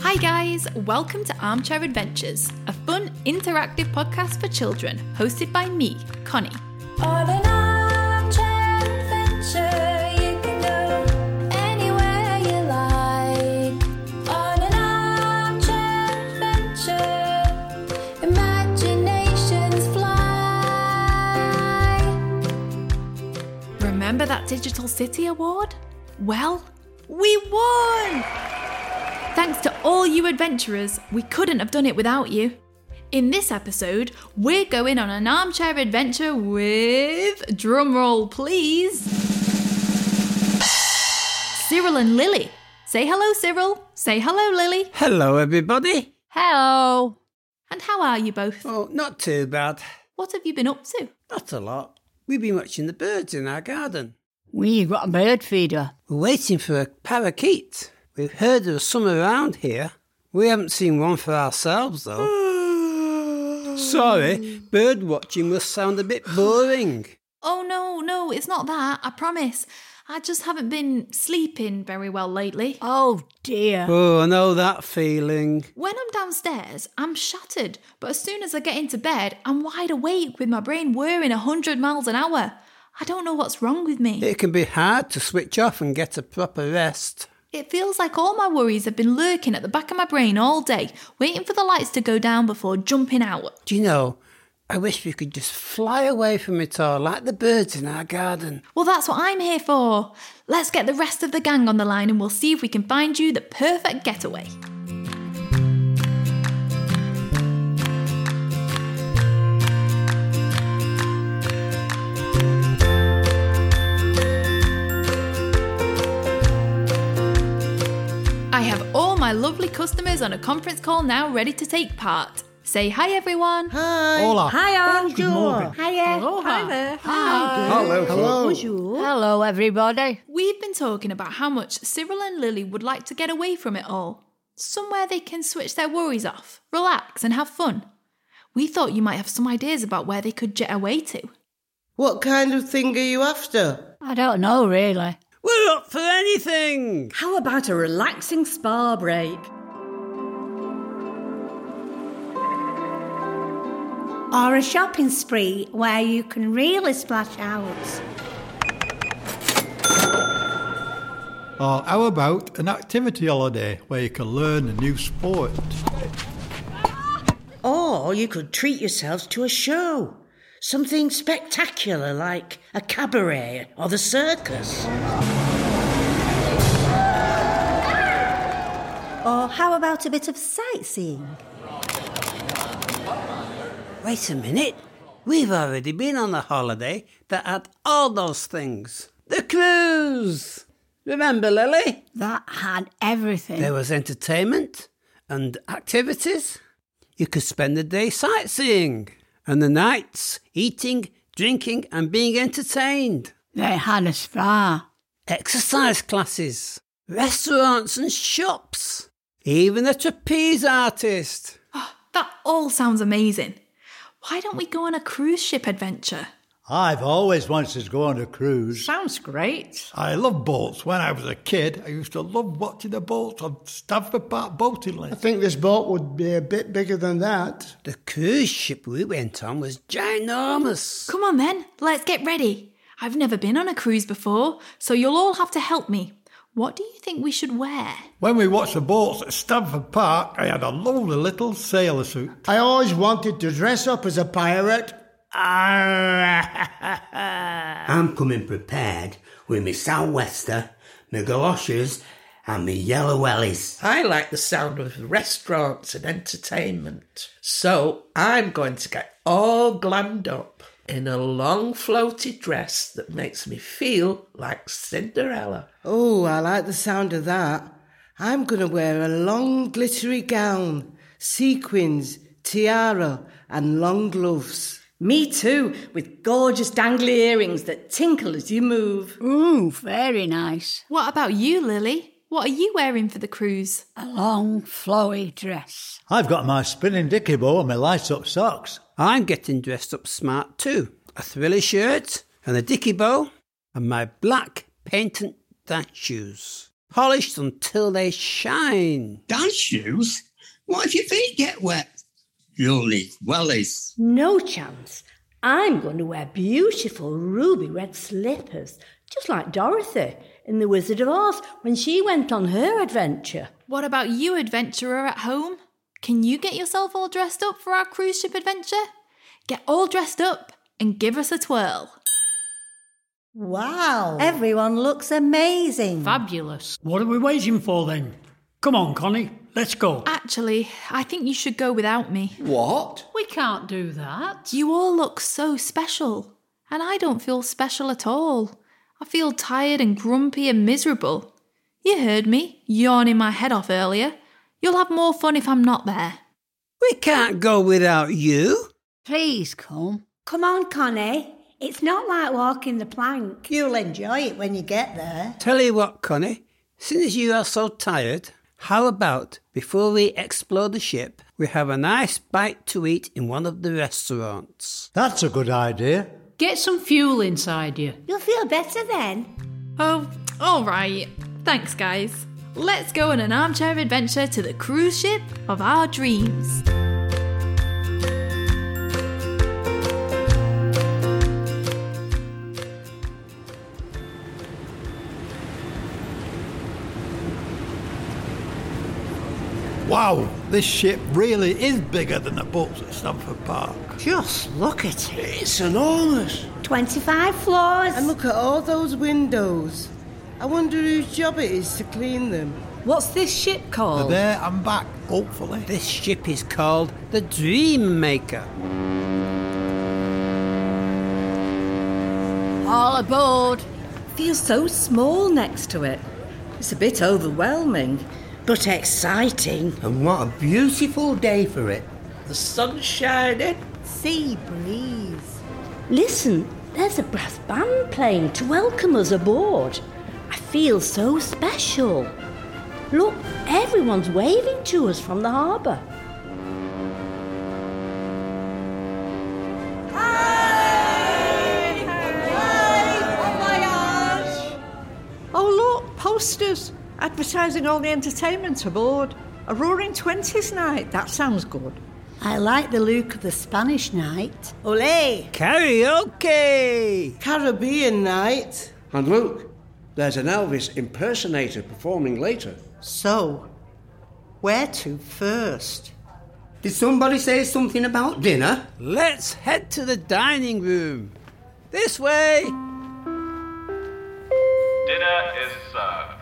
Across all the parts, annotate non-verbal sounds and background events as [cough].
Hi, guys, welcome to Armchair Adventures, a fun, interactive podcast for children hosted by me, Connie. On an armchair adventure, you can go anywhere you like. On an armchair adventure, imaginations fly. Remember that Digital City Award? Well, we won! Thanks to all you adventurers, we couldn't have done it without you. In this episode, we're going on an armchair adventure with. drumroll please! Cyril and Lily. Say hello, Cyril. Say hello, Lily. Hello, everybody. Hello. And how are you both? Oh, not too bad. What have you been up to? Not a lot. We've been watching the birds in our garden. We got a bird feeder. We're waiting for a parakeet. We've heard there are some around here. We haven't seen one for ourselves, though. Mm. Sorry, bird watching must sound a bit boring. Oh no, no, it's not that, I promise. I just haven't been sleeping very well lately. Oh dear. Oh, I know that feeling. When I'm downstairs, I'm shattered, but as soon as I get into bed, I'm wide awake with my brain whirring 100 miles an hour. I don't know what's wrong with me. It can be hard to switch off and get a proper rest. It feels like all my worries have been lurking at the back of my brain all day, waiting for the lights to go down before jumping out. Do you know, I wish we could just fly away from it all like the birds in our garden. Well, that's what I'm here for. Let's get the rest of the gang on the line and we'll see if we can find you the perfect getaway. I have all my lovely customers on a conference call now ready to take part. Say hi, everyone. Hola. Hello, everybody. We've been talking about how much Cyril and Lily would like to get away from it all. Somewhere they can switch their worries off, relax, and have fun. We thought you might have some ideas about where they could jet away to. What kind of thing are you after? I don't know, really. We're up for anything. How about a relaxing spa break? or a shopping spree where you can really splash out. Or how about an activity holiday where you can learn a new sport? Or you could treat yourselves to a show. Something spectacular like a cabaret or the circus. Or how about a bit of sightseeing? Wait a minute. We've already been on a holiday that had all those things. The cruise! Remember, Lily? That had Eh. everything. There was entertainment and activities. You could spend the day sightseeing and the nights eating, drinking, and being entertained. They had a spa. Exercise classes, restaurants, and shops. Even a trapeze artist. Oh, That all sounds amazing. Why don't we go on a cruise ship adventure? I've always wanted to go on a cruise. Sounds great. I love boats. When I was a kid, I used to love watching the boats on Stamford Park boating I lane. think this boat would be a bit bigger than that. The cruise ship we went on was ginormous. Come on then, let's get ready. I've never been on a cruise before, so you'll all have to help me. What do you think we should wear? When we watched the boats at Stamford Park, I had a lovely little sailor suit. I always wanted to dress up as a pirate. I'm coming prepared with me sou'wester, me galoshes, and me yellow wellies. I like the sound of restaurants and entertainment. So I'm going to get all glammed up in a long floaty dress that makes me feel like Cinderella. Oh, I like the sound of that. I'm going to wear a long glittery gown, sequins, tiara, and long gloves. Me too, with gorgeous dangly earrings that tinkle as you move. Ooh, very nice. What about you, Lily? What are you wearing for the cruise? A long, flowy dress. I've got my spinning dicky bow and my light up socks. I'm getting dressed up smart too. A thrilly shirt and a dicky bow and my black patent dance shoes. polished until they shine. Dance shoes? What if your feet get wet? You'll need wellies. No chance. I'm going to wear beautiful ruby red slippers, just like Dorothy in The Wizard of Oz when she went on her adventure. What about you, adventurer at home? Can you get yourself all dressed up for our cruise ship adventure? Get all dressed up and give us a twirl. Wow. Everyone looks amazing. Fabulous. What are we waiting for then? Come on, Connie, let's go. Actually, I think you should go without me. What? We can't do that. You all look so special, and I don't feel special at all. I feel tired and grumpy and miserable. You heard me yawning my head off earlier. You'll have more fun if I'm not there. We can't go without you. Please come. Come on, Connie. It's not like walking the plank. You'll enjoy it when you get there. Tell you what, Connie, since you are so tired, how about before we explore the ship, we have a nice bite to eat in one of the restaurants? That's a good idea. Get some fuel inside you. You'll feel better then. Oh, all right. Thanks, guys. Let's go on an armchair adventure to the cruise ship of our dreams. Wow, this ship really is bigger than the boats at Stamford Park. Just look at it. It's enormous. 25 floors. And look at all those windows. I wonder whose job it is to clean them. What's this ship They're called? there and back, hopefully. This ship is called the Dream Maker. All aboard. Feels so small next to it. It's a bit overwhelming, but exciting. And what a beautiful day for it. The sun's shining. Sea breeze. Listen, there's a brass band playing to welcome us aboard. I feel so special. Look, everyone's waving to us from the harbour. Oh, look, posters advertising all the entertainment aboard. A roaring 20s night. That sounds good. I like the look of the Spanish night. Ole! Karaoke! Caribbean night. And look, there's an Elvis impersonator performing later. So, where to first? Did somebody say something about dinner? Let's head to the dining room. This way! Dinner is served.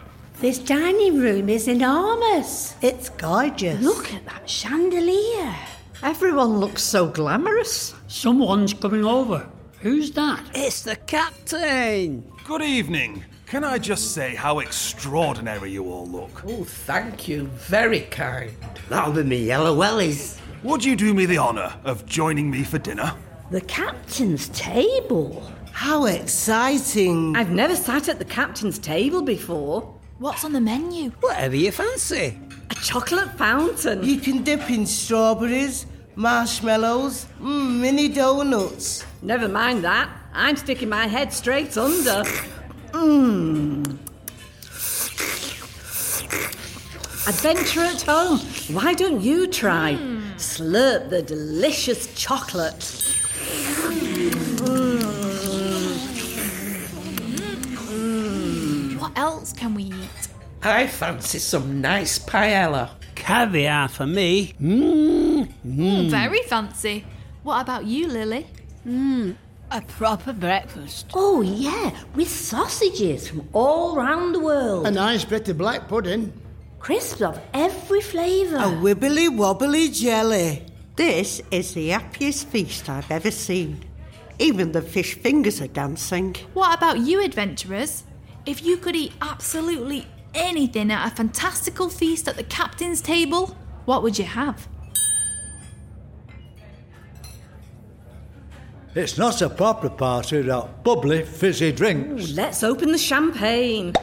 This dining room is enormous. It's gorgeous. Look at that chandelier. Everyone looks so glamorous. Someone's coming over. Who's that? It's the captain! Good evening. Can I just say how extraordinary you all look? Oh, thank you. Very kind. That'll be me yellow wellies. Would you do me the honour of joining me for dinner? The captain's table. How exciting. I've never sat at the captain's table before. What's on the menu? Whatever you fancy. A chocolate fountain. You can dip in strawberries, marshmallows, mm, mini donuts. Never mind that. I'm sticking my head straight [laughs] under. Mm. Mmm. Adventure at home. Why don't you try? Slurp the delicious chocolate. What else can we eat? I fancy some nice paella. Caviar for me. Mmm. Mm, Very fancy. What about you, Lily? Hmm, Mmm, a proper breakfast. Oh, yeah, with sausages from all round the world. A nice bit of black pudding. Crisps of every flavour. A wibbly wobbly jelly. This is the happiest feast I've ever seen. Even the fish fingers are dancing. What about you, adventurers? If you could eat absolutely anything at a fantastical feast at the captain's table, what would you have? It's not a proper party without bubbly, fizzy drinks. Let's open the champagne.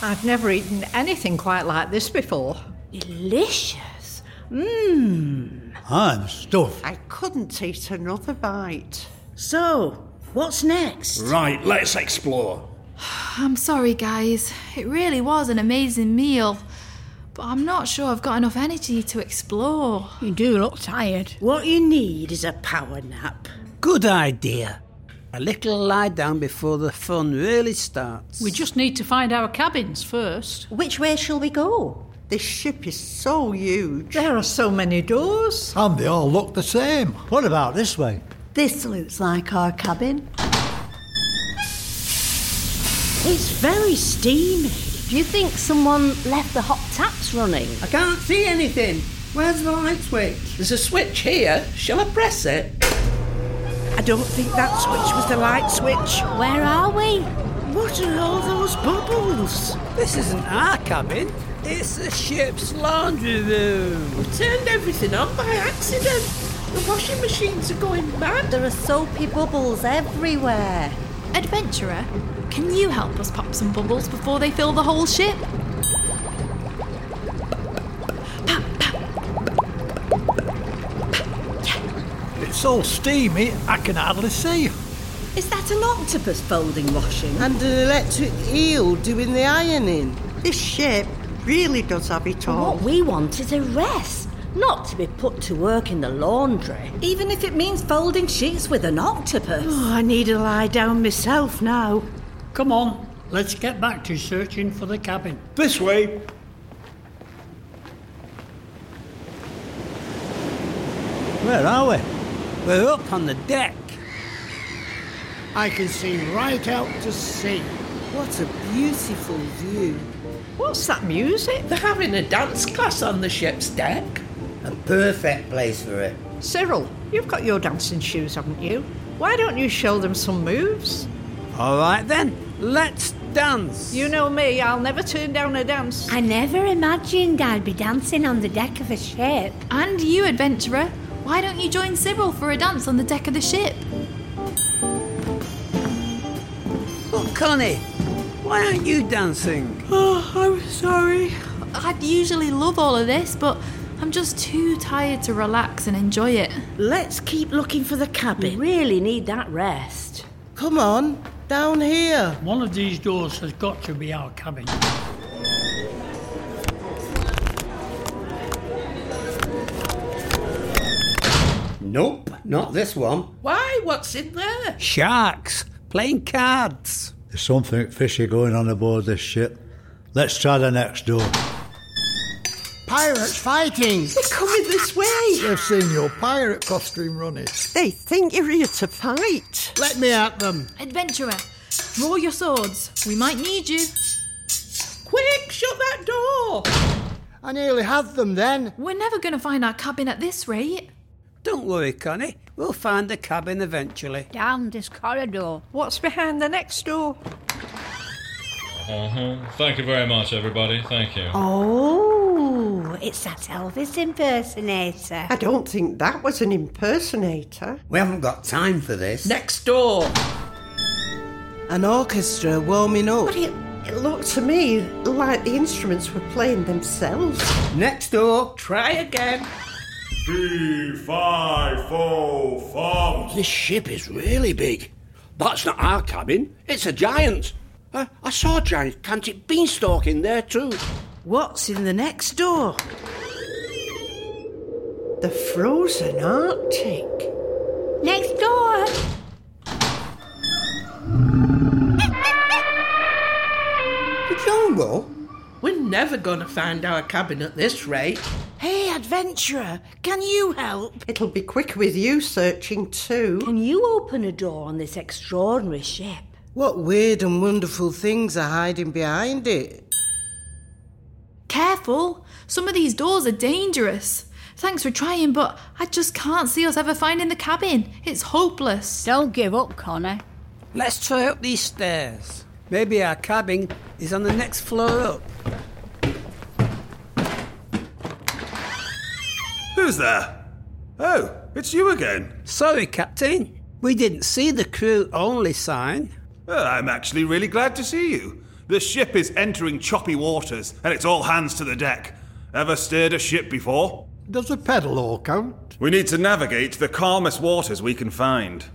I've never eaten anything quite like this before. Delicious. Mmm. I'm stuffed. Mm. I couldn't eat another bite. So, what's next? Right, let's explore. [sighs] I'm sorry, guys. It really was an amazing meal. But I'm not sure I've got enough energy to explore. You do look tired. What you need is a power nap. Good idea. A little lie down before the fun really starts. We just need to find our cabins first. Which way shall we go? This ship is so huge. There are so many doors. And they all look the same. What about this way? This looks like our cabin. It's very steamy. Do you think someone left the hot taps running? I can't see anything. Where's the light switch? There's a switch here. Shall I press it? I don't think that switch was the light switch. Where are we? What are all those bubbles? This isn't our cabin. It's the ship's laundry room. We turned everything on by accident. The washing machines are going mad. There are soapy bubbles everywhere. Adventurer, can you help us pop some bubbles before they fill the whole ship? It's so steamy, I [laughs] can hardly see. Is that an octopus folding washing? And an electric eel doing the ironing. This ship really does have it all. What we want is a rest, not to be put to work in the laundry. Even if it means folding sheets with an octopus. Oh, I need to lie down myself now. Come on, let's get back to searching for the cabin. This way. Where are we? We're up on the deck. I can see right out to sea. What a beautiful view. What's that music? They're having a dance class on the ship's deck. A perfect place for it. Cyril, you've got your dancing shoes, haven't you? Why don't you show them some moves? All right then, let's dance. You know me, I'll never turn down a dance. I never imagined I'd be dancing on the deck of a ship. And you, adventurer, why don't you join Cyril for a dance on the deck of the ship? Look, Connie, why aren't you dancing? Oh, I'm sorry. I'd usually love all of this, but I'm just too tired to relax and enjoy it. Let's keep looking for the We cabin. really need that rest. Come on, down here. One of these doors has got to be our cabin. Nope, not this one. Why? What's in there? Sharks playing cards. There's something fishy going on aboard this ship. Let's try the next door. Pirates fighting! They're coming this way. They've seen your pirate costume running. They think you're here to fight. Let me at them. Adventurer, draw your swords. We might need you. Quick, shut that door. I nearly had them then. We're never going to find our cabin at this rate. Don't worry, Connie. We'll find the cabin eventually. Down this corridor. What's behind the next door? Uh-huh. Thank you very much, everybody. Thank you. Oh, it's that Elvis impersonator. I don't think that was an impersonator. We haven't got time for this. Next door. An orchestra warming up. But it, it looked to me like the instruments were playing themselves. Next door. Try again. This ship is really big. That's not our cabin. It's a giant. I, I saw a giant cantic beanstalk in there too. What's in the next door? The frozen Arctic. Next door. The jungle? We're never going to find our cabin at this rate. Hey, adventurer, can you help? It'll be quicker with you searching too. Can you open a door on this extraordinary ship? What weird and wonderful things are hiding behind it? Careful. Some of these doors are dangerous. Thanks for trying, but I just can't see us ever finding the cabin. It's hopeless. Don't give up, Connor. Let's try up these stairs. Maybe our cabin is on the next floor up. Who's there? Oh, it's you again. Sorry, Captain. We didn't see the crew only sign. Well, Uh, I'm actually really glad to see you. The ship is entering choppy waters, and it's all hands to the deck. Ever steered a ship before? Does a pedal all count? We need to navigate the calmest waters we can find.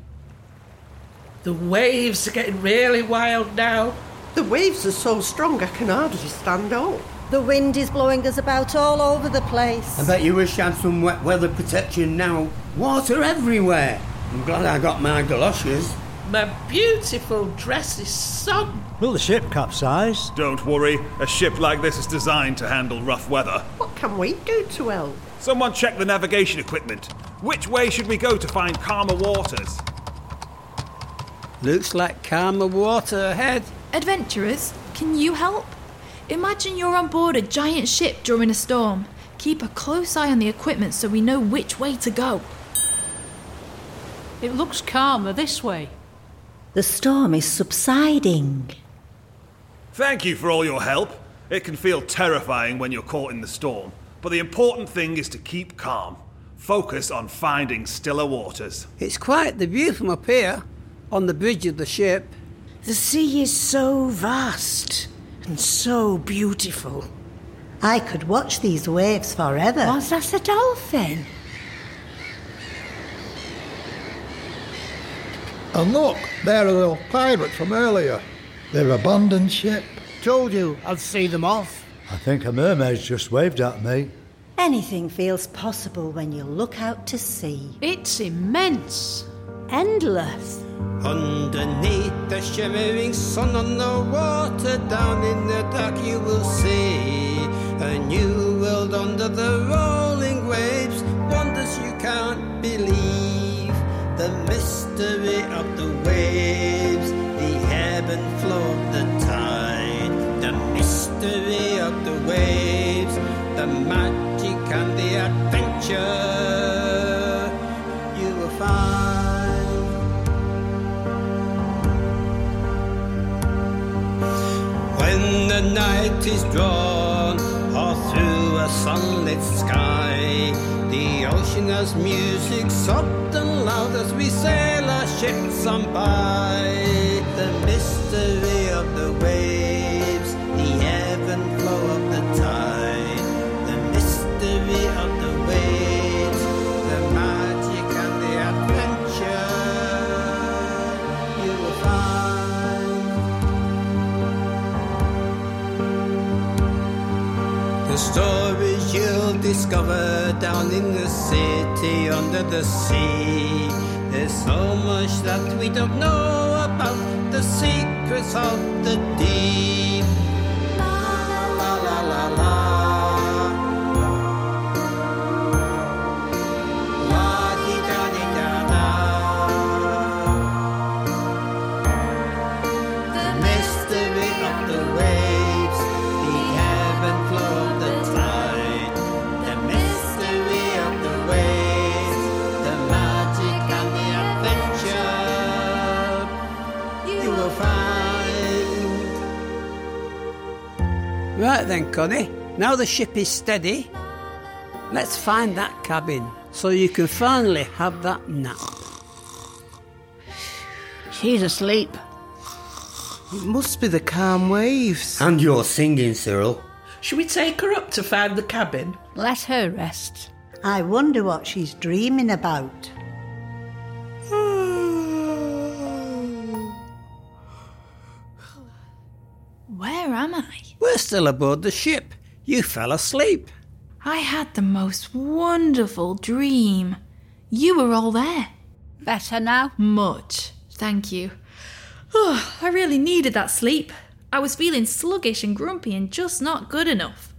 The waves are getting really wild now. The waves are so strong I can hardly stand up. The wind is blowing us about all over the place. I bet you wish I had some wet weather protection now. Water everywhere. I'm glad I got my galoshes. My beautiful dress is soaked. Will the ship capsize? Don't worry, a ship like this is designed to handle rough weather. What can we do to help? Someone check the navigation equipment. Which way should we go to find calmer waters? Looks like calmer water ahead. Adventurers, can you help? Imagine you're on board a giant ship during a storm. Keep a close eye on the equipment so we know which way to go. It looks calmer this way. The storm is subsiding. Thank you for all your help. It can feel terrifying when you're caught in the storm, but the important thing is to keep calm. Focus on finding stiller waters. It's quite the view from up here, on the bridge of the ship. The sea is so vast and so beautiful. I could watch these waves forever. Was that a dolphin? And look, there are the old pirates from earlier. Their abandoned ship. Told you I'd see them off. I think a mermaid's just waved at me. Anything feels possible when you look out to sea. It's immense. Endless. Underneath the shimmering sun on the water, down in the dark you will see a new world under the rolling waves, wonders you can't believe. The mystery of the waves, the ebb and flow of the tide, the mystery of the waves, the magic and the adventure you will find. When the night is drawn, or through a sunlit sky, the ocean has music soft and loud as we sail our ships on by. The mystery of the waves, the ebb and flow of the tide, the mystery of the waves, the magic and the adventure you will find. The stories you'll discover down in the city under the sea. There's so much that we don't know about the secrets of the deep. La la la la la. La di da di da The mystery of the waves, the ebb and flow of the tide. The mystery of the waves, the magic and the adventure you will find. Right then, Connie. Now the ship is steady, let's find that cabin so you can finally have that nap. She's asleep. It must be the calm waves. And your singing, Cyril. Should we take her up to find the cabin? Let her rest. I wonder what she's dreaming about. Where am I? We're still aboard the ship. You fell asleep. I had the most wonderful dream. You were all there. Better now? Much. Thank you. Oh, I really needed that sleep. I was feeling sluggish and grumpy and just not good enough.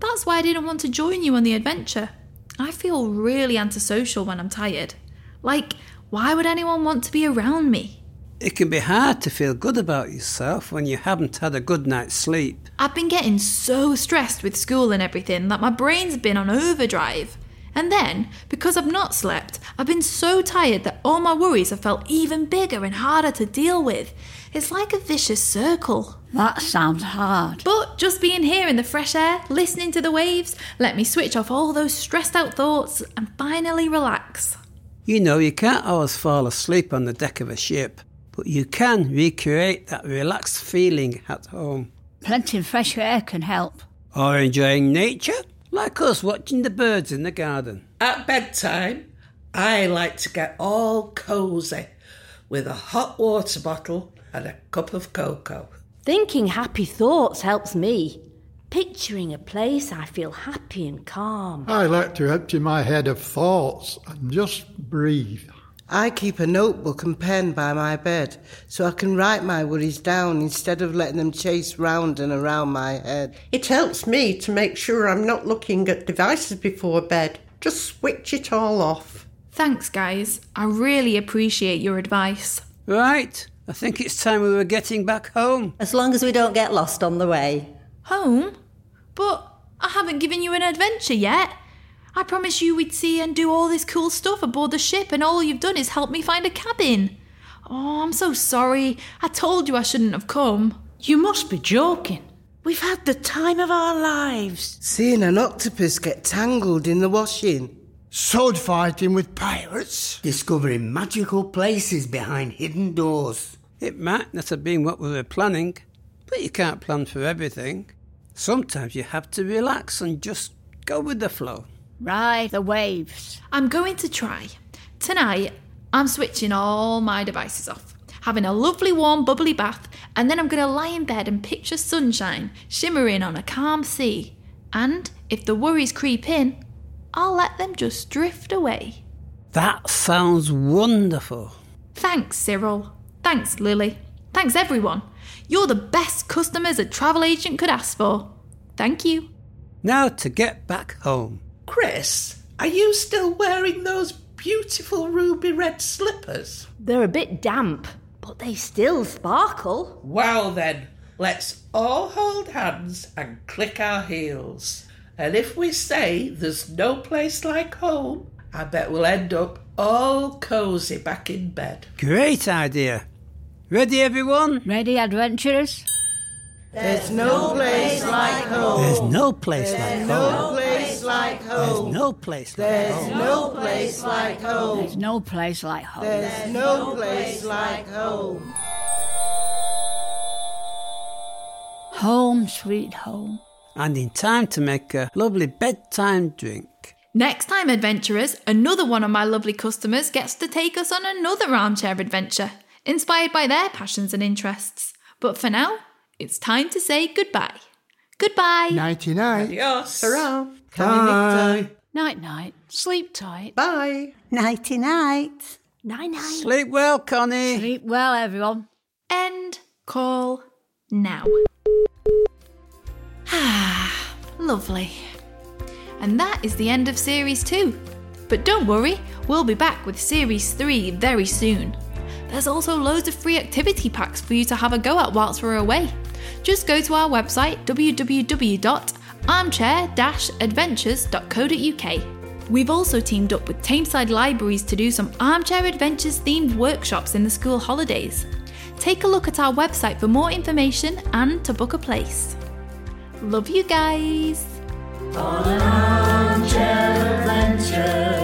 That's why I didn't want to join you on the adventure. I feel really antisocial when I'm tired. Like, why would anyone want to be around me? It can be hard to feel good about yourself when you haven't had a good night's sleep. I've been getting so stressed with school and everything that my brain's been on overdrive. And then, because I've not slept, I've been so tired that all my worries have felt even bigger and harder to deal with. It's like a vicious circle. That sounds hard. But just being here in the fresh air, listening to the waves, let me switch off all those stressed out thoughts and finally relax. You know, you can't always fall asleep on the deck of a ship, but you can recreate that relaxed feeling at home. Plenty of fresh air can help. Or enjoying nature, like us watching the birds in the garden. At bedtime, I like to get all cosy with a hot water bottle and a cup of cocoa. Thinking happy thoughts helps me. Picturing a place, I feel happy and calm. I like to empty my head of thoughts and just breathe. I keep a notebook and pen by my bed so I can write my worries down instead of letting them chase round and around my head. It helps me to make sure I'm not looking at devices before bed. Just switch it all off. Thanks, guys. I really appreciate your advice. Right, I think it's time we were getting back home. As long as we don't get lost on the way. Home? But I haven't given you an adventure yet. I promised you we'd see and do all this cool stuff aboard the ship, and all you've done is help me find a cabin. Oh, I'm so sorry. I told you I shouldn't have come. You must be joking. We've had the time of our lives. Seeing an octopus get tangled in the washing. Sword fighting with pirates. Discovering magical places behind hidden doors. It might not have been what we were planning, but you can't plan for everything. Sometimes you have to relax and just go with the flow. Ride the waves. I'm going to try. Tonight, I'm switching all my devices off, having a lovely warm bubbly bath, and then I'm going to lie in bed and picture sunshine shimmering on a calm sea. And if the worries creep in, I'll let them just drift away. That sounds wonderful. Thanks, Cyril. Thanks, Lily. Thanks, everyone. You're the best customers a travel agent could ask for. Thank you. Now to get back home. Chris, are you still wearing those beautiful ruby red slippers? They're a bit damp, but they still sparkle. Well, then, let's all hold hands and click our heels. And if we say there's no place like home, I bet we'll end up all cozy back in bed. Great idea. Ready, everyone? Ready, adventurers? There's no place like home. There's no place like There's home. no place like There's home. no place like There's home. no place like home. There's no place like home. There's no place like home. Home, sweet home. And in time to make a lovely bedtime drink. Next time, adventurers, another one of my lovely customers gets to take us on another armchair adventure, inspired by their passions and interests. But for now, it's time to say goodbye. Goodbye. Nighty night. Adios. Hurrah. Bye. Night night. Sleep tight. Bye. Nighty night. Night night. Sleep well, Connie. Sleep well, everyone. End call now. [sighs] Ah, lovely. And that is the end of Series 2. But don't worry, we'll be back with Series 3 very soon. There's also loads of free activity packs for you to have a go at whilst we're away. Just go to our website www.armchair-adventures.co.uk. We've also teamed up with Tameside Libraries to do some Armchair Adventures themed workshops in the school holidays. Take a look at our website for more information and to book a place. Love you guys! On an armchair adventure.